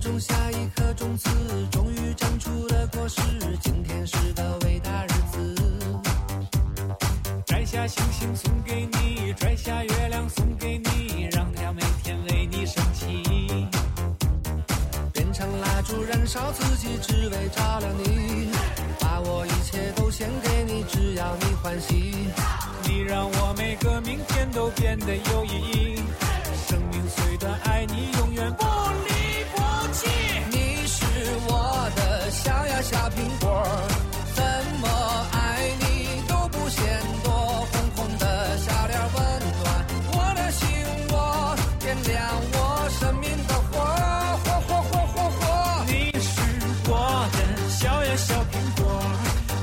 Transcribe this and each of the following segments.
种下一颗种子，终于长出了果实。今天是个伟大日子，摘下星星送给你，摘下月亮送给你，让它每天为你升起。变成蜡烛燃烧自己，只为照亮你。把我一切都献给你，只要你欢喜。你让我每个明天都变得有意义。生命虽短，爱你永远不离不弃。你是我的小呀小苹果，怎么爱你都不嫌多。红红的小脸温暖我的心窝，点亮我生命的火，火火火火火。你是我的小呀小苹果，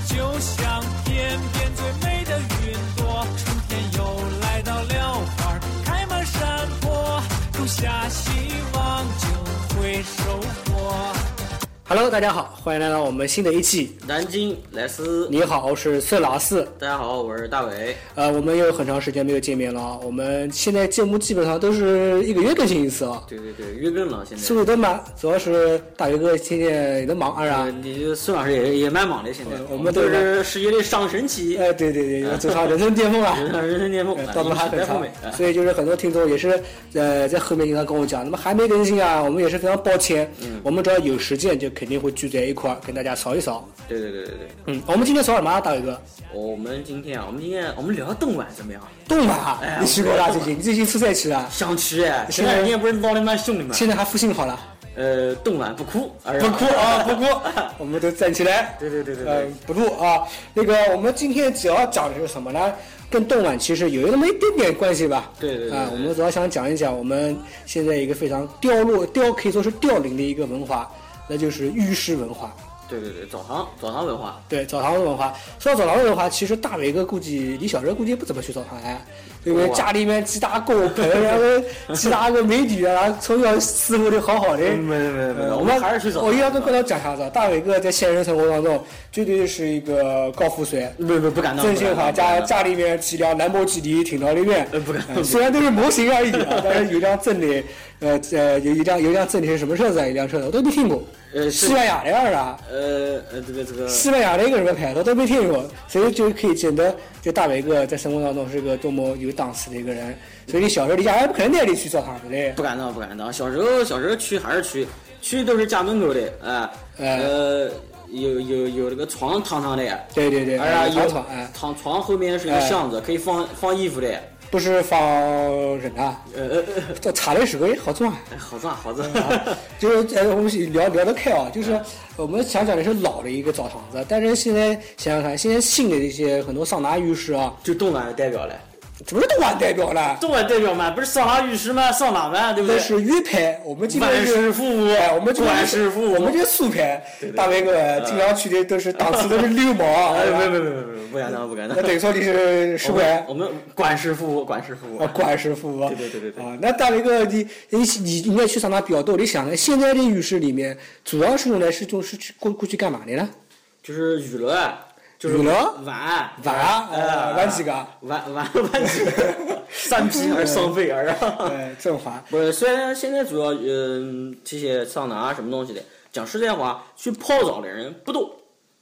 就像天边最美的云朵。春天又来到了，花儿开满山坡，种下希望就会收获。 Hello，大家好，欢迎来到我们新的一期。南京莱斯，你好，我是色老四。大家好，我是大伟。呃，我们又有很长时间没有见面了啊。我们现在节目基本上都是一个月更新一次啊，对对对，月更了现在速。度都慢，主要是大鱼哥现在也在忙啊。呃，你孙老师也也蛮忙的，现在呃我我们们都都是是世界的上升期，哎，对 对对，走上人生巅峰了。 人上人生巅峰呃，道到路还很长美。，哎所以就是很多听众也是呃在后面经常跟我讲，那么还没更新啊，我们也是非常抱歉。嗯我们只要有时间就肯定会聚在一块儿跟大家扫一扫。对对对对对，嗯，我们今天扫什么啊，大伟哥？我们今天啊，我们今天我们聊动漫怎么样？动漫啊哎，你去过啦？我最近你最近出差去了？想吃哎，现前在段时间不是闹得蛮凶的吗？现在还复兴好了。呃，动漫不哭，不不哭啊，不哭， 我们都站起来。对对对对对嗯，不录啊。那个，我们今天主要讲的是什么呢？跟动漫其实有那么一点点关系吧。对对对啊，对我们主要想讲一讲我们现在一个非常掉落、掉可以说是凋零的一个文化，那就是浴室文化。对对对，澡堂澡堂文化，对澡堂文化，说到澡堂文化，其实大伟哥估计你小时候估计不怎么去澡堂哎，因为哇家里面几大锅盆，然后几大个美女啊，然后从小伺候的好好的。嗯没没没呃我们还是去澡堂。我一定要跟各位讲一下子，大伟哥在现实生活当中绝对是一个高富帅。不不不敢当，郑信华不敢当家不敢当家里面几辆兰博基尼停到里面呃不敢，呃虽然都是模型而已啊，但是有一辆真的，呃呃，有一辆有一辆真的是什么车子啊？有一辆车子我都没听过，呃是西班牙的还是啥？呃呃这个这个西班牙的一个什么牌子我都没听过，所以就可以见得这大伟哥在生活当中是个多么有档次的一个人。所以你小时候你家还不可能带你去澡堂子的，不敢当，不敢当。小时候，小时候去还是去，去都是家门口的，哎、哎呃，有有有这个床躺上的，对对对，哎呀，有有床哎，躺床后面是一个哎箱子，可以放放衣服的，不是放人啊，呃呃，这查的时候也好赚啊。哎好脏好脏，就是呃，我们聊聊得开啊，就是我们想讲的是老的一个澡堂子，但是现在想想看，现在新的这些很多桑拿浴室啊， 就动漫代表了，怎么是动漫代表了？动漫代表嘛，不是桑拿浴室吗？桑拿啊嘛，对不那对？是浴拍，我们基本万是事父母，哎，我们这个万事父母，我们这个素拍，大伟哥经常去的都是档次都是六毛啊，哎，对吧没没没没没，不敢当，不敢当那。等于说你是十我块们。我们管事父母，管事父母啊，，管师傅啊，对对对对对啊，那大伟哥，你你你应该去桑拿比较多。你想，现在的浴室里面主要是用来是就是去过过去干嘛的呢？就是娱乐啊，就是娱乐玩玩啊 呃玩几个 玩玩玩 几个？三 P 还是双飞儿啊？呃，振华， 不是，虽然现在主要嗯、这些桑拿啊什么东西的，讲实在话，去泡澡的人不多。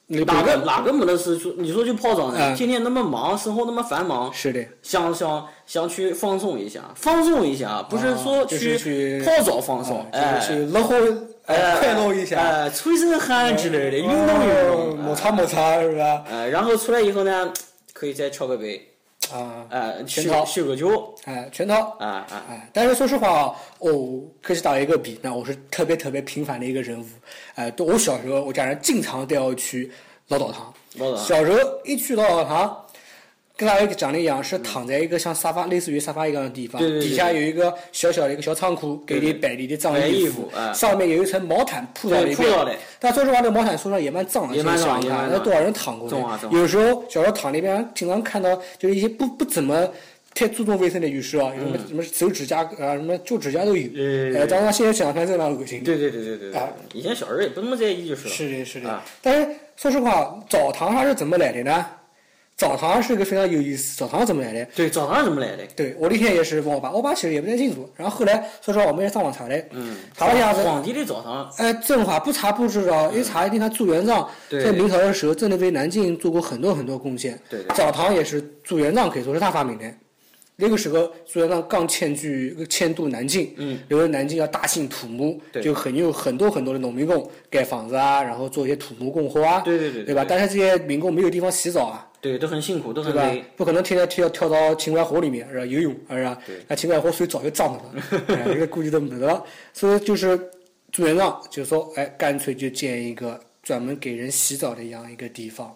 那哪个哪个没得事？说你说去泡澡呢？嗯天天那么忙，生活那么繁忙，是的，想想想去放松一下，放松一下，不是说哦就是去泡澡放松，啊就是去乐呵，哎，哦哎，快乐一下，哎，吹身汗之类的，运动运哦动，摩擦摩擦是吧？呃，然后出来以后呢，可以再敲个杯，啊，呃，全去套去个酒，哎，全套。啊啊，哎，但是说实话啊，哦，跟打一个比，那我是特别特别平凡的一个人物。哎，都我小时候，我家人经常带我去老澡堂。老早小时候一去老澡堂，跟大家讲的一样，是躺在一个像沙发，类似于沙发一样的地方，对对对底下有一个小小的一个小仓库，给你对对摆你的脏摆衣衣服哎上面有一层毛毯铺在里对铺到的面。但说实话，那毛毯说实话也蛮脏的，也蛮脏想也想蛮看，脏那多少人躺过呢脏啊脏啊有时候小时候躺那边，经常看到就是一些不不怎么。太注重卫生的浴室啊，有什么什么手指甲啊，什么做指甲都有。对对对呃，当然现在想想看真蛮恶心的。对对对对对对啊，以前小时候也不那么在意，就是了是的，是的。啊但是说实话，澡堂它是怎么来的呢？澡堂是个非常有意思，澡堂怎么来的？对，澡堂怎么来的？对我那天也是问我爸，我爸其实也不太清楚。然后后来说实话，我们也上网查嘞，嗯，查了一下子，皇帝的澡堂，哎，这话不查不知道，一查你看朱元璋嗯对在明朝的时候，真的为南京做过很多很多贡献。对对澡堂也是朱元璋可以说是他发明的。那个时候，朱元璋刚迁居迁都南京，嗯，留着南京要大兴土木，对就很有很多很多的农民工盖房子啊，然后做一些土木工活啊，对对对对吧？对但是这些民工没有地方洗澡啊，对，都很辛苦，都对很吧累。？不可能天天跳跳到秦淮河里面是吧？游泳是吧对？那秦淮河水早就涨了，哎这个估计都没了。所以就是朱元璋就说，哎，干脆就建一个专门给人洗澡的一样一个地方。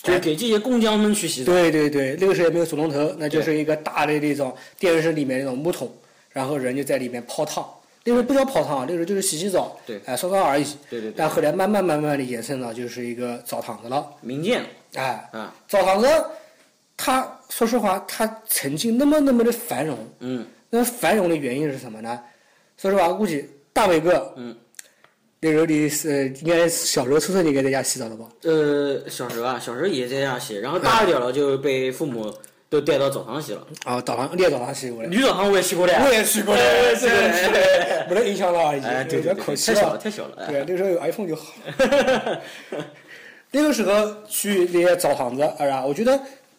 就是给这些工匠们去洗澡。对对对，那个时候也没有水龙头，那就对是一个大的那种电视里面那种木桶，然后人就在里面泡汤。那时候不叫泡汤，那时候就是洗洗澡，对哎，烧烧而已。对对对但后来慢慢慢慢的延伸到就是一个澡堂子了，民间哎，啊，澡堂子，它说实话，它曾经那么那么的繁荣。嗯，那繁荣的原因是什么呢？说实话，估计大伟哥，嗯，那时候你是应该小时候出生就应该在家洗澡了吧？呃，小时候啊，小时候也在家洗，然后大一点了就被父母都带到澡堂洗了。啊，澡堂，你也澡堂洗过嘞？女澡堂我也洗过的，也洗过哎这个是没得印象了已经，哎，对有对点对，可对惜太小了，太小了。哎对，那时候有 iPhone 就好。 那个时候去那些澡堂子，啊，我觉得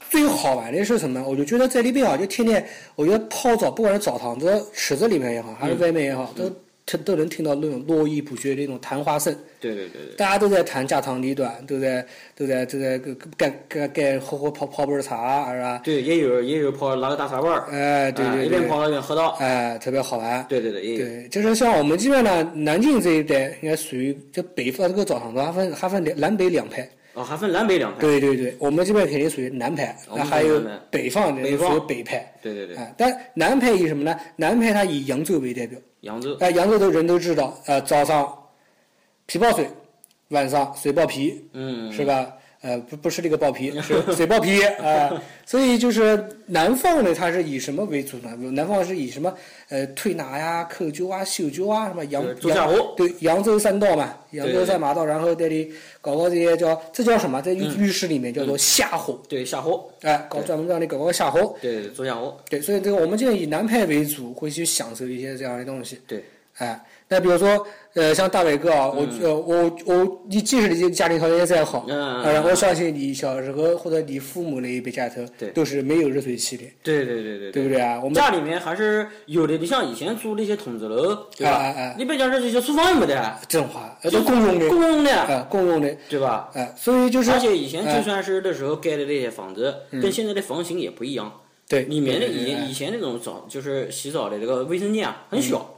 最好玩的是什么？我就觉得在那边啊，就天天，我觉得泡澡，不管是澡堂子、池子里面也好，还是外面也好，都都都能听到那种络绎不绝的那种谈话声。对对对对，大家都在谈家长里短，都在都在都在干干干喝喝泡泡杯茶啊，是吧？对也有也有泡拿个大茶碗儿，哎，对啊对一边对，泡一边喝到。哎，特别好玩。对对对，也有。对，就是像我们这边呢，南京这一带应该属于这北方这个澡堂子，还分还分南南北两派。哦，还分南北两派。对对对，我们这边肯定属于南派，我那们还属于有南派北方的北属于方北派。对对对，哎，但南派以什么呢？南派它以扬州为代表。扬州。哎，扬州的人都知道，呃，早上皮包水，晚上水爆皮，嗯，是吧？呃，不不是那个爆皮， 是水爆皮啊、所以就是南方呢，它是以什么为主呢？南方是以什么呃推拿呀、扣灸啊、绣灸啊，什么扬就是朱家扬湖对扬州三道嘛，扬对州对三马道，然后这里搞搞这些叫这叫什么？在浴嗯浴室里面叫做下火，对下火，哎、搞对专门让你搞个下火。对对对，做下火。对，所以这个我们就以南派为主，会去享受一些这样的东西。对，哎，那比如说，呃，像大伟哥啊，我、呃，我我，你即使你家庭条件再好，嗯呃我相信你小时候或者你父母那一辈家头，对都是没有热水器的，对对对对对不对啊？我们家里面还是有的，你像以前住那些筒子楼，对吧？哎哎哎你别讲这些厨房也没得，振华呃都共用的，公用的，啊呃，共用的，对吧？呃，所以就是，而且以前哎就算是那时候盖的那些房子，跟现在的房型也不一样。对里面的对对以哎前对以前那种澡就是洗澡的这个卫生间啊，很小，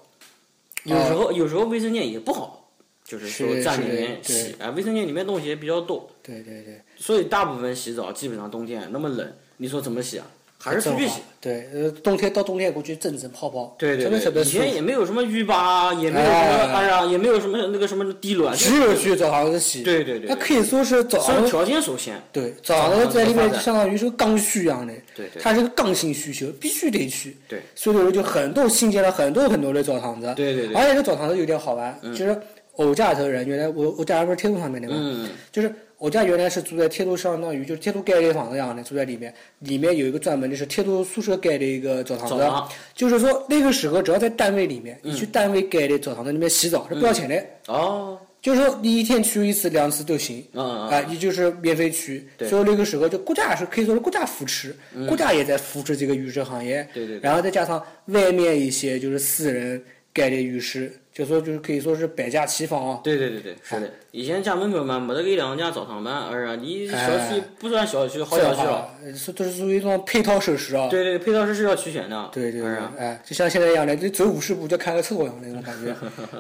有哦时候有时候卫生间也不好，就是说是站里是面对洗啊，卫生间里面东西也比较多，对对对，所以大部分洗澡基本上冬天那么冷，你说怎么洗啊？还是出振去华洗。对，呃，冬天到冬天过去蒸蒸泡泡，对对真的特别对，以舒服前。也没有什么浴吧，也没有什哎么哎呀，也没有什么那个什么地暖，只有去澡堂子洗，对对对对那可以说是澡所堂以子条件首先，对，澡堂子在里发面展相当于是个刚需一样的，对对它是个刚性需求，必须得去。对所以我就很多新建了很多很多的澡堂子。对对对而且这澡堂子有点好玩，其实我家里头人原来我我家人不是铁路上面的嘛，嗯就是我家原来是住在铁路上，相当于就是铁路盖的房子一样的，住在里面，里面有一个专门的是铁路宿舍盖的一个澡堂子，澡堂嗯就是说那个时候只要在单位里面，你去单位盖的澡堂子里面洗澡是不要钱的。哦，就是说你一天去一次、两次都行，嗯嗯啊、嗯也就是免费去。对嗯所以那个时候就国家是可以说是国家扶持，国家也在扶持这个浴室行业。对对对然后再加上外面一些就是私人盖的浴室，就说就是可以说是百家齐放啊。对对对对，是的。以前家门口嘛，没得个一两家澡堂板，哎呀，你小区哎不算小区，好小区了。呃，是都是属于一种配套设施啊。对对，配套设施要齐全的。对对哎对呀，哎，就像现在一样的，就走五十步就看个厕所一样的那种感 觉，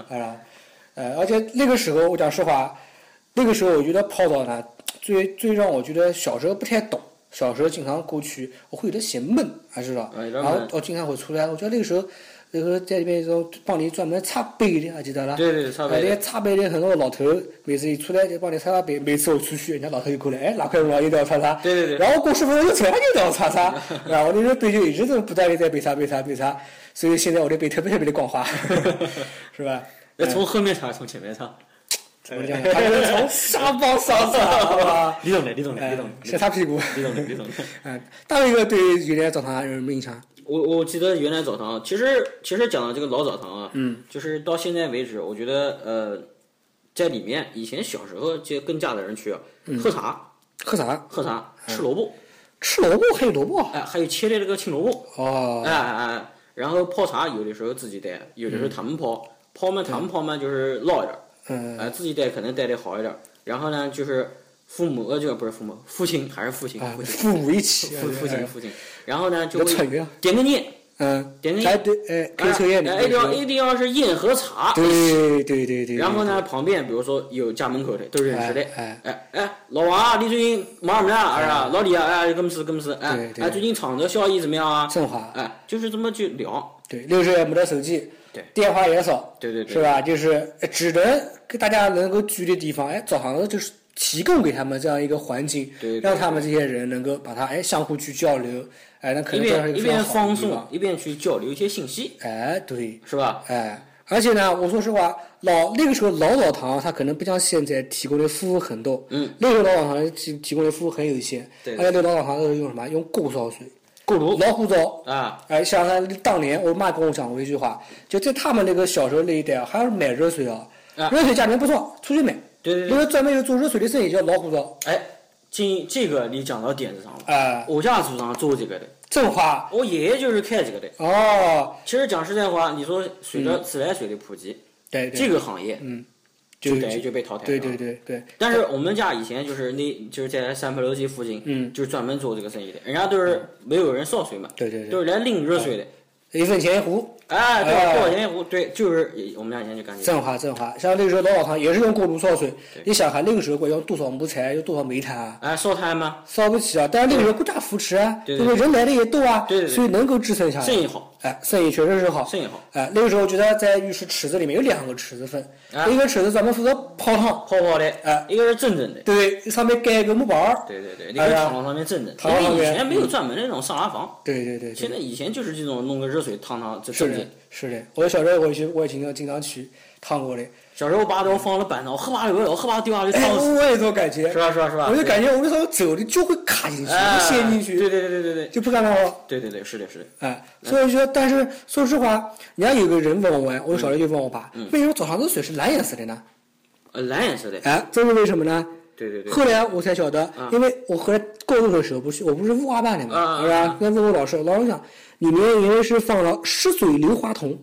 哎呀，呃，而且那个时候我讲实话，那个时候我觉得泡澡呢，最最让我觉得小时候不太懂，小时候经常过去，我会有点嫌闷，还知道，哎有点然后闷我经常会出来，我觉得那个时候。那个时候在里面说帮你专门擦背的，还记得啦？对对对擦哎背的那些擦背的很多老头，每次一出来就帮你擦擦背。每次我出去，人家老头就过来，哎，拿块毛巾给我擦擦。对对对然后过十分钟又出来又让我擦 擦，然后那时候背就一直都不断的在背擦背擦背擦，所 以现在我的背特别特别的光滑，是吧？要从后面擦，从前面擦。怎么讲呢？他就是从沙包上 来，好吧？李总的，李总的，哎李总，晒的，他屁股。李总的，李总的，哎，大卫哥对于原来澡堂有什么印象？我我记得原来澡堂，其实其实讲到这个老澡堂啊，嗯，就是到现在为止，我觉得呃，在里面以前小时候就跟家里人去啊嗯喝茶、喝啥？喝茶、嗯吃萝卜，吃萝卜还有萝卜？哎，还有切的这个青萝卜，哦，哎哎哎，然后泡茶有的时候自己带，有的时候他们泡，泡嘛他们泡嘛就是捞一点儿，嗯，哎，自己带可能带的好一点儿，然后呢就是父母呃就不是父母，父亲还是父亲，啊父，亲。父母一起，父父哎亲父亲，然后呢就比较会蠢呀点个烟，嗯，点个哎烟，对，哎，可以抽烟哎，一定要的，一定要是烟和茶，对对对对。然后呢，旁边比如说有家门口的，都是认识的。哎哎哎，老王啊，你最近忙什么呢？哎呀，老李啊，哎，搿么事搿么事，哎对对哎，最近厂子效益怎么样啊？正好哎，就是这么去聊。对，六十也没得手机，对电话也少，对对对是吧？就是呃只能给大家能够聚的地方，哎，澡堂子就是提供给他们这样一个环境，对对让他们这些人能够把它哎相互去交流，哎，那可一能这样是边一一个非常边好的放地松方，，一边去交流一些信息，哎，对，是吧？哎，而且呢，我说实话，老那个时候老澡堂它可能不像现在提供的服务很多，嗯，那个时候老澡堂提提供的服务很有限，对哦而且那个老澡堂都是用什么？用锅烧水，够炉老虎灶。啊，哎，想想当年我妈跟我讲过一句话，就在他们那个小时候那一代啊，还要买热水啊，啊热水家里面不装，出去买。对对那对，个专门有做热水的生意叫老虎灶，哎，这这个你讲到点子上了。哎，我家祖上做这个的，正话我爷爷就是开这个的。哦，其实讲实在话，你说随着自来水的普及，嗯对对，这个行业嗯，就就等于就被淘汰了。对对对对，但是我们家以前就是那就是在三牌楼街附近，嗯就是专门做这个生意的，人家都是没有人烧水嘛，对对对都是来拎热水的，一分钱一壶，哎，对，哎多少钱一壶？对，就是我们家以前就干这个，振华振华，像那个时候老澡堂也是用锅炉烧水，你想看那个时候管用多少木材，用多少煤炭啊，哎，烧炭嘛，烧不起啊。但是那个时候国家扶持啊，对对对不对？人来的也多啊对对，对所以能够支撑下生来。意好，哎，生意确实是好。生意好，哎，那个时候我觉得在浴室池子里面有两个池子分，啊一个池子专门负责泡汤，泡泡的，哎一个是正正的，对，上面盖一个木板儿，对对对，那哎个呀厂上面正正，躺因到上为以面前没有专门的那种桑拿房，对对对现对，在以前就是这种弄个热水烫烫这是正的正。，是的。我小时候我去，我也经常经常去烫过的，小时候把刀放了板上，我喝把流了，我喝把掉下去哎，烫死，我也有这种感觉，是吧是吧是吧？我就感觉我那时候走的就会卡进去，对哎会陷进去，对对对对对对就不敢干了。对对对，是的是的，哎，所以说，但是说实话，人家有个人问我，我小时候就问我爸，嗯为什么澡堂子水是蓝颜色的呢？呃，蓝颜色的，哎，这是为什么呢？对对对，后来我才晓得，因为我后来高中的时候不是我不是雾化班的啊啊啊嘛，是吧？那问我老师，老师讲里面因为是放了湿水硫化铜，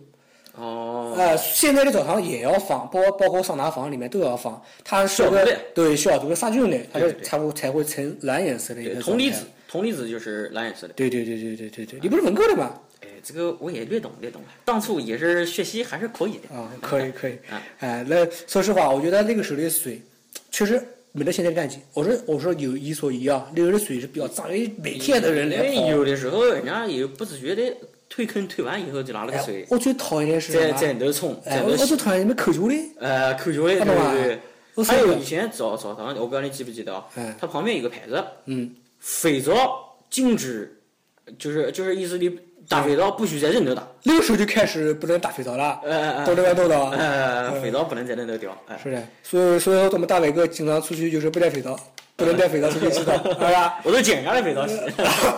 哦，呃，现在的澡堂也要放，包包括桑拿房里面都要放，它是消个毒的对消毒的杀菌的，它对就对对才会才会呈蓝颜色的一对，个铜离状态子，。铜离子就是蓝颜色的。对对对对对对对，你不是文科的吗？哎，这个我也略懂略懂了，当初也是学习还是可以的。啊，可以可以啊，哎，那说实话，我觉得那个时候的水确实没得现在干净。我说我说有一说一啊，那个时候的水是比较脏，因为每天都有人因来为泡。有的时候人家也不自觉的推坑推完以后就拿了个哎水，我最讨厌的是再什再么？你头冲，哎，再我头我洗最讨厌你们口球的，呃扣球的，对看到吧对对。我还有受不了以前澡澡堂，我不知道你记不记得啊嗯，它旁边有个牌子，嗯，肥皂禁止，就是就是意思你打肥皂不许在人头打，那个时候就开始不能打肥皂了，呃懂这个懂的啊？呃，肥皂不能在人头掉，哎，是的，所以所以说我们大伟哥经常出去就是不带肥皂，不能带肥皂出去洗澡，是吧？我都捡人家的肥皂洗。呃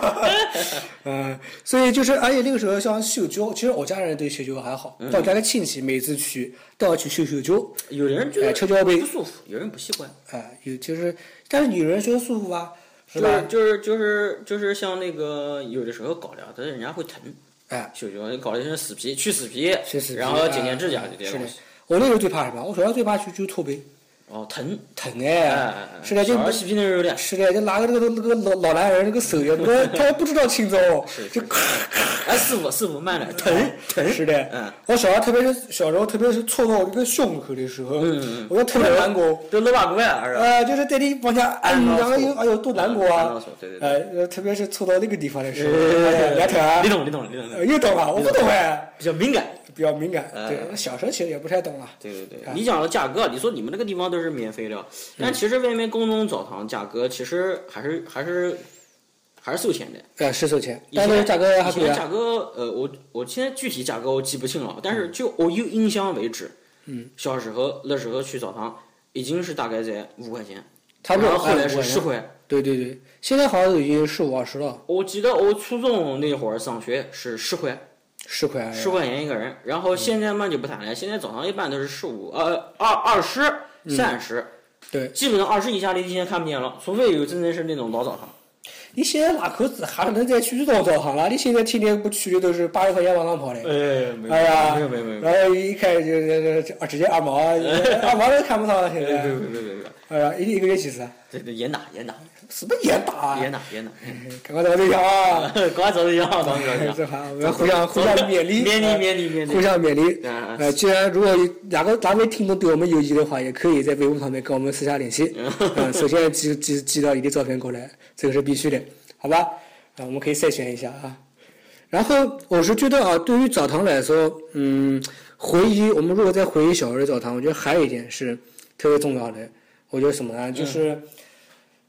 嗯，所以就是，而且那个时候像绣球，其实我家人对绣球还好，嗯但我家的亲戚每次去都要去绣绣球，有的人觉哎，得敲敲背不，舒服，有人不习惯。啊，有就是，但是有人觉得舒服啊，是就吧是？就是就是就是像那个有的时候搞的，但是人家会疼，哎，就就搞的是死皮，去死皮，去死皮然后剪剪指甲啊就这些是东的西。。我那时候最怕什么？我小时候最怕去就搓背，哦，疼，疼哎哎哎，哎，是的，就小孩皮皮嫩肉的，是的，就拿个那个那个老老男人那个手呀，那个他也不知道轻重，就咔哎，师傅师傅慢点，疼 疼，是的，嗯，我小时候特别是小时候，特别是戳到我这个胸口的时候，嗯嗯我就特别难过。都老把棍了，是吧？呃，就是带你往下按，然后又哎呦多难过嗯按到啊手对对！对呃呃，特别是戳到那个地方的时候，对来你疼，懂，你懂，你懂的。呃又懂了，我不懂哎，比较敏感。比较敏感。嗯对，小时候其实也不太懂啊了。对对对，你讲了价格，你说你们那个地方都是免费的，嗯但其实外面公众澡堂价格其实还是还是还是收钱的。呃，十手钱，以但是前价格还啊以比前价格，呃，我我现在具体嗯价格我记不清了，但是就我有印象为止，嗯，小时候那时候去澡堂，已经是大概在五块钱，差不多然后后来哎是我十块。对对对，现在好像都已经十五二十了，我记得我初中那会儿上学是十块，十块而已十块钱一个人。然嗯后现在嘛就不谈了，现在早上一般都是十五，呃，二二十、嗯三十。对基本上二十以下的一天看不见了，除非有真的是那种老澡堂。你现在哪口子还能再去这种澡堂了？你现在天天不去的都是八十块钱往上跑嘞。哎，没哎呀，没有没有没有没有然后一开始就就就直接二毛， 二毛都看不上了现没有在。没有没有没有，哎呀，一一个月几次啊？对对，严打严打什么严打啊？严打严打， 赶快找对象啊！赶快走一样，当哥。这还我们互相互相勉励，勉励哎勉励勉励互相勉励。嗯呃，既然如果哪个哪位听众对我们有意见的话，也可以在微博上面跟我们私下联系。 嗯，首先寄寄寄到你的照片过来，这个是必须的，好吧？啊，我们可以筛选一下啊。然后我是觉得啊，对于澡堂来说，嗯，回忆我们如果再回忆小时候的澡堂，我觉得还有一点是特别重要的，我觉得什么呢？嗯就是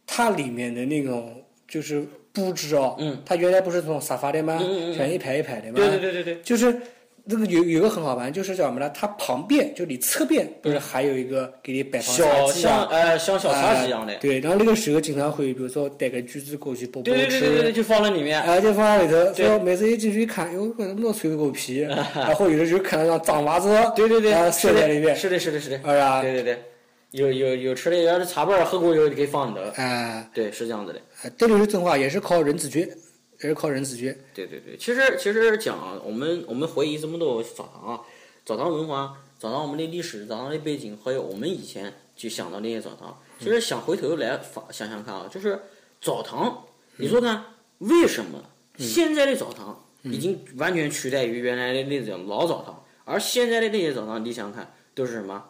它里面的那种就是布置哦，嗯，它原来不是那种沙发的吗？嗯嗯嗯全一排一排的嘛，对对对对对，就是那个有有一个很好玩，就是叫什么呢？它旁边就你侧边不是还有一个给你摆放嗯哎小茶几像啊，呃像小啊茶几一样的，对，然后那个时候经常会，比如说带个橘子过去剥剥吃，对对对对对对，就放在里面。哎，就放在里头，对说每次一进去一看，哟，怎么那水果 皮？然后有的时候看到像长娃子，对对然后对，塞哎是在的，里面，是的，是的，是的，哎呀，对对对，有有有吃的，要是茶伴喝过以后就可以放你的了。哎，对，是这样子的。这就是正话，也是靠人自觉，也是靠人自觉，对对对，其实其实讲啊我们我们回忆这么多澡堂啊，澡堂文化，澡堂我们的历史，澡堂的背景，还有我们以前就想到那些澡堂，其实想回头来发想想看啊，就是澡堂，你说看、为什么现在的澡堂已经完全取代于原来的那种老澡堂，而现在的那些澡堂，你想想看都是什么？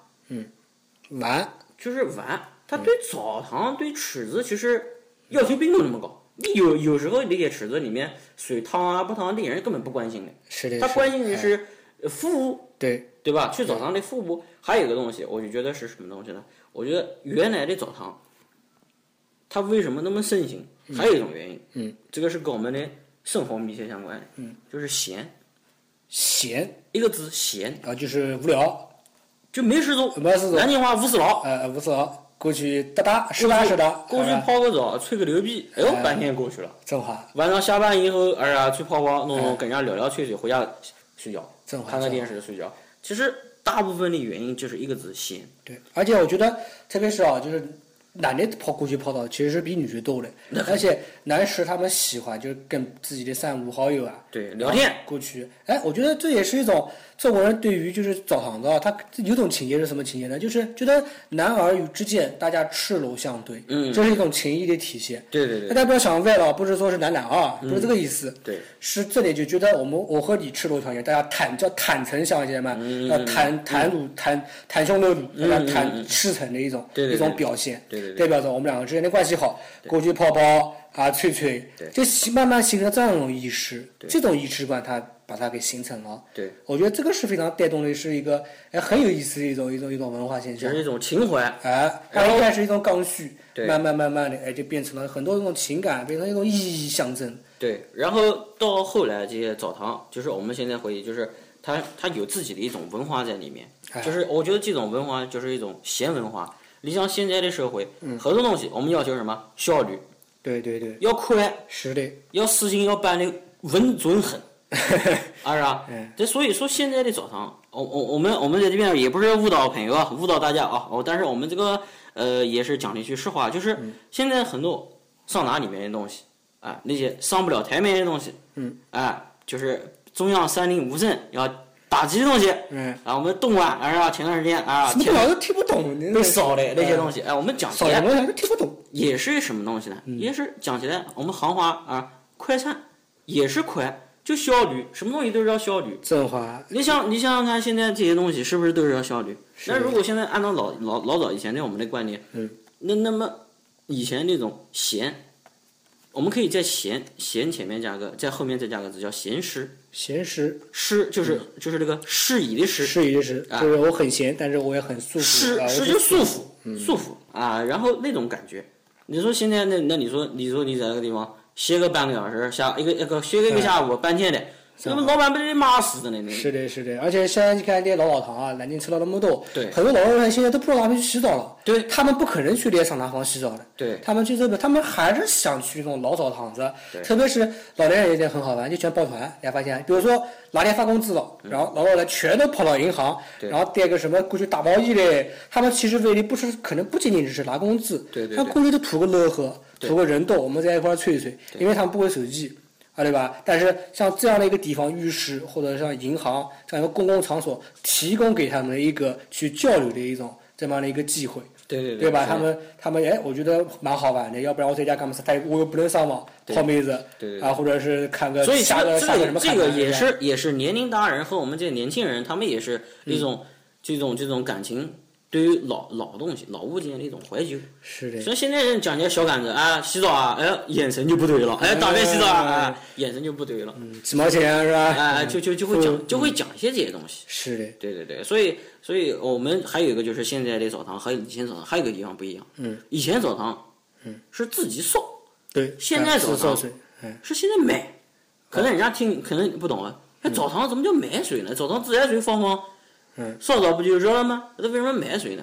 玩，就是玩，他嗯对澡堂、对池子其实要求并没有那么高。你有有时候那些池子里面水烫啊不烫啊，那些人根本不关心的。是的，他是的关心的哎是呃服务，对，对吧？去澡堂的服务，还有一个东西，我就觉得是什么东西呢？我觉得原来的澡堂，它为什么那么盛行？还有一种原因，嗯，这个是跟我们的生活密切相关的，嗯，就是闲，闲一个字闲，啊，就是无聊，就没事做，没事做南京话无事佬，呃，无聊，过去哒哒，是吧是的，过去哎泡个澡，吹个牛逼，哎呦，哎半天过去了。正话，晚上下班以后，哎呀，去泡泡，弄哎弄，跟人家聊聊吹吹，回家睡觉正好，看看电视睡觉。其实大部分的原因就是一个字闲，对，而且我觉得，特别是啊，就是男的泡过去泡澡其实是比女的 多的，而且男士他们喜欢就是跟自己的三五好友啊，对，聊天。过去，哎，我觉得这也是一种中国人对于就是澡堂子啊，他有种情节是什么情节呢？就是觉得男儿与之间大家赤裸相对，嗯这是一种情谊的体现。对对大对家不要想歪了，不是说是男男啊，不是这个意思。对，是这里就觉得我们我和你赤裸相见，大家坦叫坦诚相见嘛，嗯要坦坦乳坦坦胸露乳，大家坦赤诚的一种对对一种对表现，对对对代表着我们两个之间的关系好，过去泡泡啊吹吹，就形慢慢形成这样一种意识，这种意识观它把它给形成了。对，我觉得这个是非常带动的，是一个哎很有意思的一种一种一种文化现就象是。一种情怀。哎，它然后一开始是一种刚需，对慢慢慢慢的，哎，就变成了很多一种情感，变成一种意义象征。对，然后到后来这些澡堂，就是我们现在回忆，就是它它有自己的一种文化在里面，哎就是我觉得这种文化就是一种闲文化。你像现在的社会，嗯很多东西我们要求什么效率，对对对，要快，是的。要事情要办的稳准狠，啊是吧？这所以说现在的澡堂，我我我们我们在这边也不是误导朋友啊，误导大家啊，哦，但是我们这个呃也是讲了一句实话，就是现在很多桑拿里面的东西，啊，那些上不了台面的东西， 嗯，啊，就是中央三令五申要打击的东西，嗯，啊，我们东莞啊是吧？前段时间啊，什么天老是听不懂，你被烧的那些东西，西，哎，我们讲起扫什来么东西听不懂。也是什么东西呢？也是讲起来，我们行话啊，快餐也是快，就效率，什么东西都是要效率。振华，你想，你想想看，现在这些东西是不是都是要效率？的那如果现在按照老老老早以前的我们的观念，嗯，那那么以前那种闲，我们可以在闲闲前面加个，在后面再加个字叫闲适，闲时适就是、就是这个适宜的适，是也是，啊就是我很闲，但是我也很舒服是啊，是我就就束缚束缚啊，然后那种感觉。你说现在那那你说你说你在那个地方歇个半个小时下一个一个歇个一个下午半天的，要不老板被人骂死的那种。嗯是的，是的，而且现在你看这些老澡堂啊，南京吃到那么多，对很多老人现在都不知道哪边去洗澡了，对他们不可能去这些桑拿房洗澡的，对他们去这边，他们还是想去那种老澡堂子对，特别是老年人有一点很好玩，就喜欢抱团，大家发现，比如说哪天发工资了，然后老老人全都跑到银行，嗯对然后带个什么过去打毛衣嘞，他们其实为的不是，可能不仅仅只是拿工资，对对他对过去就图个乐呵，对图个人斗，我们在一块儿吹一吹，因为他们不会手机。啊，对吧？但是像这样的一个地方，浴室或者像银行这样一个公共场所，提供给他们一个去交流的一种这么样的一个机会，对对对吧？是他们他们哎，我觉得蛮好玩的。要不然我在家干嘛？他我又不能上网对泡妹子，对对对啊，或者是看个所以这下个下个这什个么这看个看也对吧是也是年龄大人和我们这些年轻人，他们也是一嗯种这种这种感情，对于老老东西、老物件的一种怀旧。是的，所以现在人讲起来小杆子啊，洗澡啊，哎，眼神就不对了，哎，打开洗澡啊，哎哎，眼神就不对了，几毛钱啊是吧？哎，就就就会嗯讲就会讲一些这些东西。是的，对对对，所以所以我们还有一个就是现在的澡堂和以前澡堂还有一个地方不一样，嗯，以前澡堂，嗯，是自己烧，对。现在是早烧上水，嗯，是现在买，可能人家听可能不懂啊，那澡堂怎么叫买水呢？澡堂自来水放放，嗯，烧澡不就热了吗？那为什么买水呢？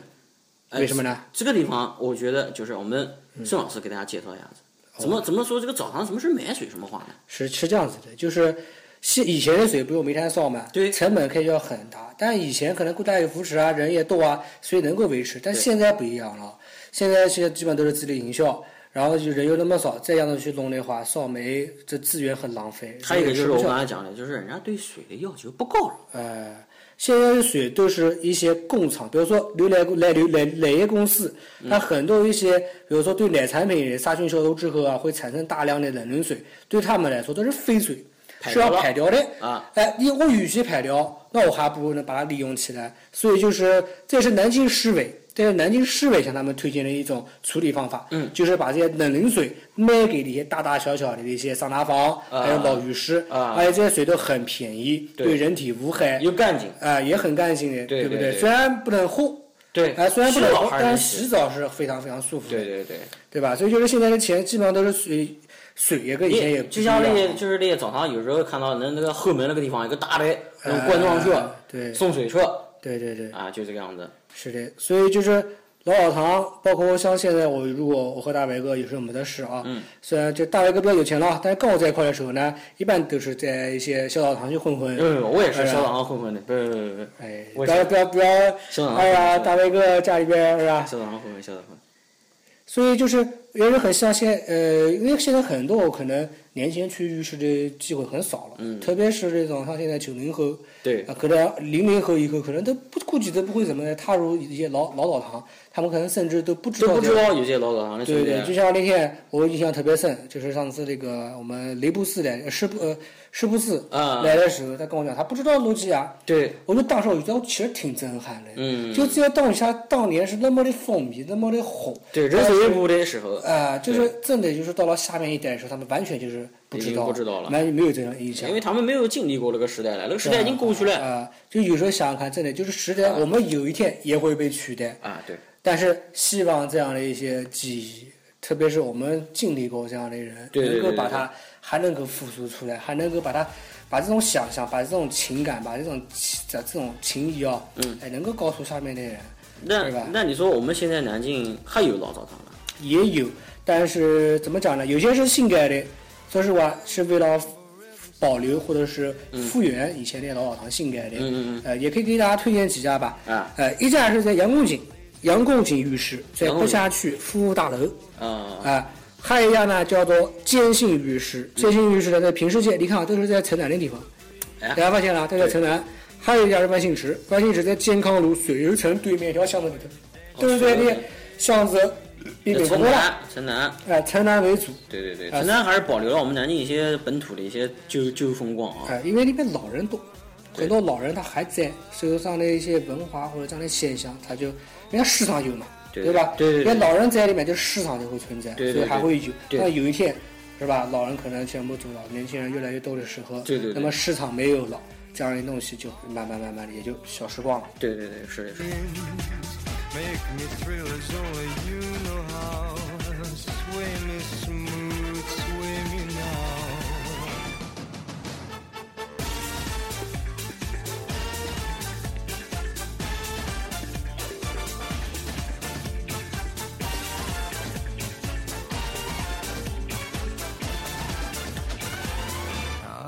哎为什么嗯呢？这个地方我觉得就是我们孙老师给大家介绍一下子，哦怎么怎么说这个澡堂什么是买水什么话呢？是是这样子的，就是现以前的水不用煤炭烧嘛，对成本可以要很大，但以前可能国家有扶持啊，人也多啊，所以能够维持。但对现在不一样了，现在现在基本都是自力营销，然后就人又那么少，再让他去弄的话，烧煤这资源很浪费。还有一个就人是也我吃不消刚才讲的，就是人家对水的要求不高了。呃，现在的水都是一些工厂，比如说牛奶奶牛奶奶业公司，它很多一些，比如说对奶产品杀菌消毒之后啊，会产生大量的冷凝水，对他们来说这是废水，排是要掉了排掉的啊。哎，你我与其排掉，那我还不如能把它利用起来。所以就是，这是南京市委。这是南京市委向他们推荐的一种处理方法，嗯就是把这些冷凝水卖给那些大大小小的一些桑拿房，还有老浴室，啊而且哎这些水都很便宜，对对人体无害，又干净，啊、也很干净的，对不对对？对虽然不能喝，对哎、虽然不能洗澡喝，还是但能是洗洗澡是非常非常舒服的，对对对，对吧？所以就是现在的钱基本上都是水，水也跟以前也不就一样像那些就是那些澡堂，有时候看到那那个后门那个地方有个大的那种哎罐装车，对送水车对对对，啊，就这个样子。是的。所以就是老澡堂，包括像现在我如果我和大白哥有时候没得事啊，嗯虽然就大白哥比较有钱了，但是跟我在一块的时候呢，一般都是在一些小澡堂去混混，嗯，我也是哎呀小澡堂混混的，不不不不不，哎，不我要也不要不要，小澡堂哎呀，混混大白哥家里边哎是吧？小澡堂混混，小澡堂混混。所以就是也是很像现呃，因为现在很多可能年轻人去浴室的机会很少了，嗯特别是这种像现在九零后，对啊，可能零零后以后可能都不估计都不会怎么的踏入一些老老澡堂，他们可能甚至都不知都道不这知道有些老澡堂的兄对弟啊对，就像那天我印象特别深，就是上次那个我们雷布斯来呃施布呃施布斯啊来的时候，他跟我讲他不知道诺基亚，对，我就当时我觉得我其实挺震撼的，嗯就这些东西它当年是那么的风靡，那么的火，对，人手一部的时候，啊、就是真的就是到了下面一代的时候，他们完全就是不已知经道，不知道了完全没有这种印象因。为他们没有经历过那个时代了，那个时代已经过去了嗯啊、就有时候想想看，真的就是时代，我们有一天也会被取代，啊，对，但是希望这样的一些记忆，特别是我们经历过这样的人，对对对能够把它还能够复苏出来，还能够把它把这种想象、把这种情感、把这种情这这种情谊啊，嗯，哎，能够告诉下面的人，那对吧那你说我们现在南京还有老澡堂吗？也有，但是怎么讲呢？有些是新改的，说实话是为了保留或者是复原以前的老澡堂新改的。嗯嗯嗯呃，也可以给大家推荐几家吧。啊呃，一家是在杨公井，杨公井浴室，在杨公国井家区服务大楼。啊，嗯啊、还有一家呢叫做坚信浴室，坚信浴室呢在平世界，你看啊，都是在城南的地方，哎大家发现了，都在对城南。还有一家是万兴池，万兴池在健康路水游城对面一条巷子里头，哦都是在那水游城呃巷子里面城过来。南，城南，哎，城南为主，对对对，啊城南还是保留了我们南京一些本土的一些旧旧风光啊。哎，因为那边老人多，对很多老人他还在，所以说这样的一些文化或者这样的现象，他就人家市场有嘛，对吧？对对因对为老人在里面，就市场就会存在，对对所以还会有。对那有一天，是吧？老人可能全部走了，年轻人越来越多的时候，对对对那么市场没有了，这样的东西就慢慢慢慢的也就消失光了。对对对，是的，是的。 Make me thrill as only you know how. Sway me smooth, sway me now.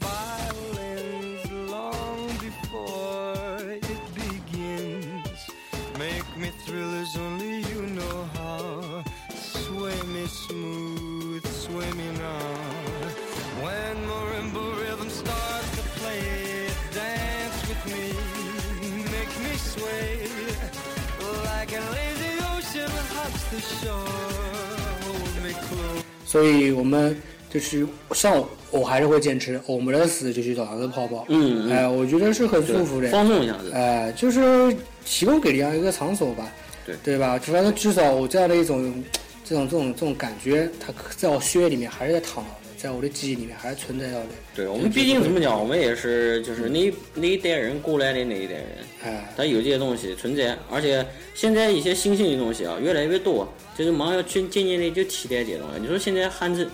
violins long before it begins. Make me thrillers, only you know how. Sway me smooth, sway me now. When marimba rhythm starts to play, dance with me, make me sway. Like a lazy ocean hugs the shore, hold me close. 所以我们就是像我，我还是会坚持，我们的死就去澡堂子泡泡。嗯嗯哎、我觉得是很舒服对的。放松一下子。呃，就是提供给这样一个场所吧，对对吧？反正至少我这样的一种，这种这种这种感觉，它在我血液里面还是在淌着的，在我的记忆里面还是存在着的。对我们毕竟怎么讲，我们也是嗯就是那一那一代人过来的那一代人，哎、他有这些东西存在，而且现在一些新兴的东西啊越来越多，就是忙要去渐渐的就替代这些东西。你说现在汉字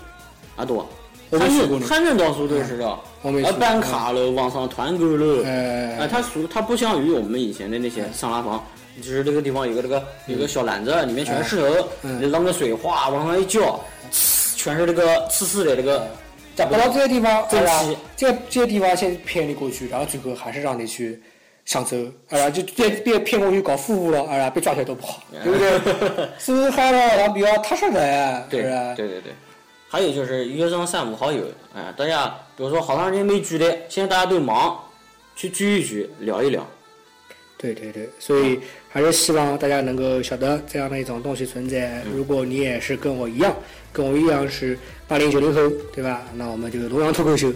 啊多，我没汉去字过呢嗯汉字到处都是的，我没啊去过办卡了，网上团购了，哎啊，它属它不像于我们以前的那些嗯桑拿房，就是这个地方有个这个有个小篮子，里面全是石头，嗯你扔个水哗往上一浇，呲全是这个刺刺的这个。找嗯不到这些地方，珍哎呀惜，这这些地方先骗你过去，然后最后还是让你去上车，哎 呀，就别别骗过去搞服务了，哎呀，被抓起来多不好，对不对？ 是不是还让人比较踏实点呀？啊对是吧？对对对。还有就是约上三五好友，哎、大家比如说好长时间没聚的，现在大家都忙，去聚一聚，聊一聊。对对对，所以还是希望大家能够晓得这样的一种东西存在。如果你也是跟我一样，跟我一样是八零九零后，对吧？那我们就龙阳脱口秀，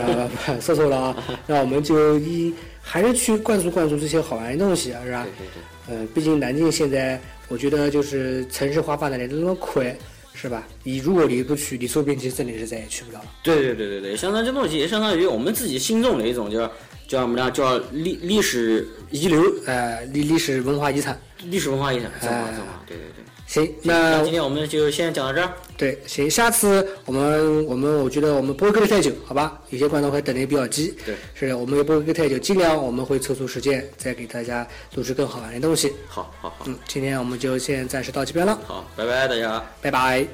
啊， 说错了啊，那我们就一还是去灌注灌注这些好玩的东西，啊是吧？对对。呃，毕竟南京现在我觉得就是城市化发展的那么快，是吧？你如果你不去，你说不定其实真的是再也去不了了。对对对对对，相当于这东西也相当于我们自己心中的一种叫叫什么呢？叫历历史遗留、呃，历历史文化遗产。历史文化遗产，正好哎正好。对对对。行，那那今天我们就先讲到这儿。对，行，下次我们我们我觉得我们不会隔得太久，好吧？有些观众会等的比较急，对是的，我们也不会隔太久，尽量我们会抽出时间再给大家录制更好玩的东西。嗯好好好嗯，今天我们就先暂时到这边了，好，拜拜大家。拜拜。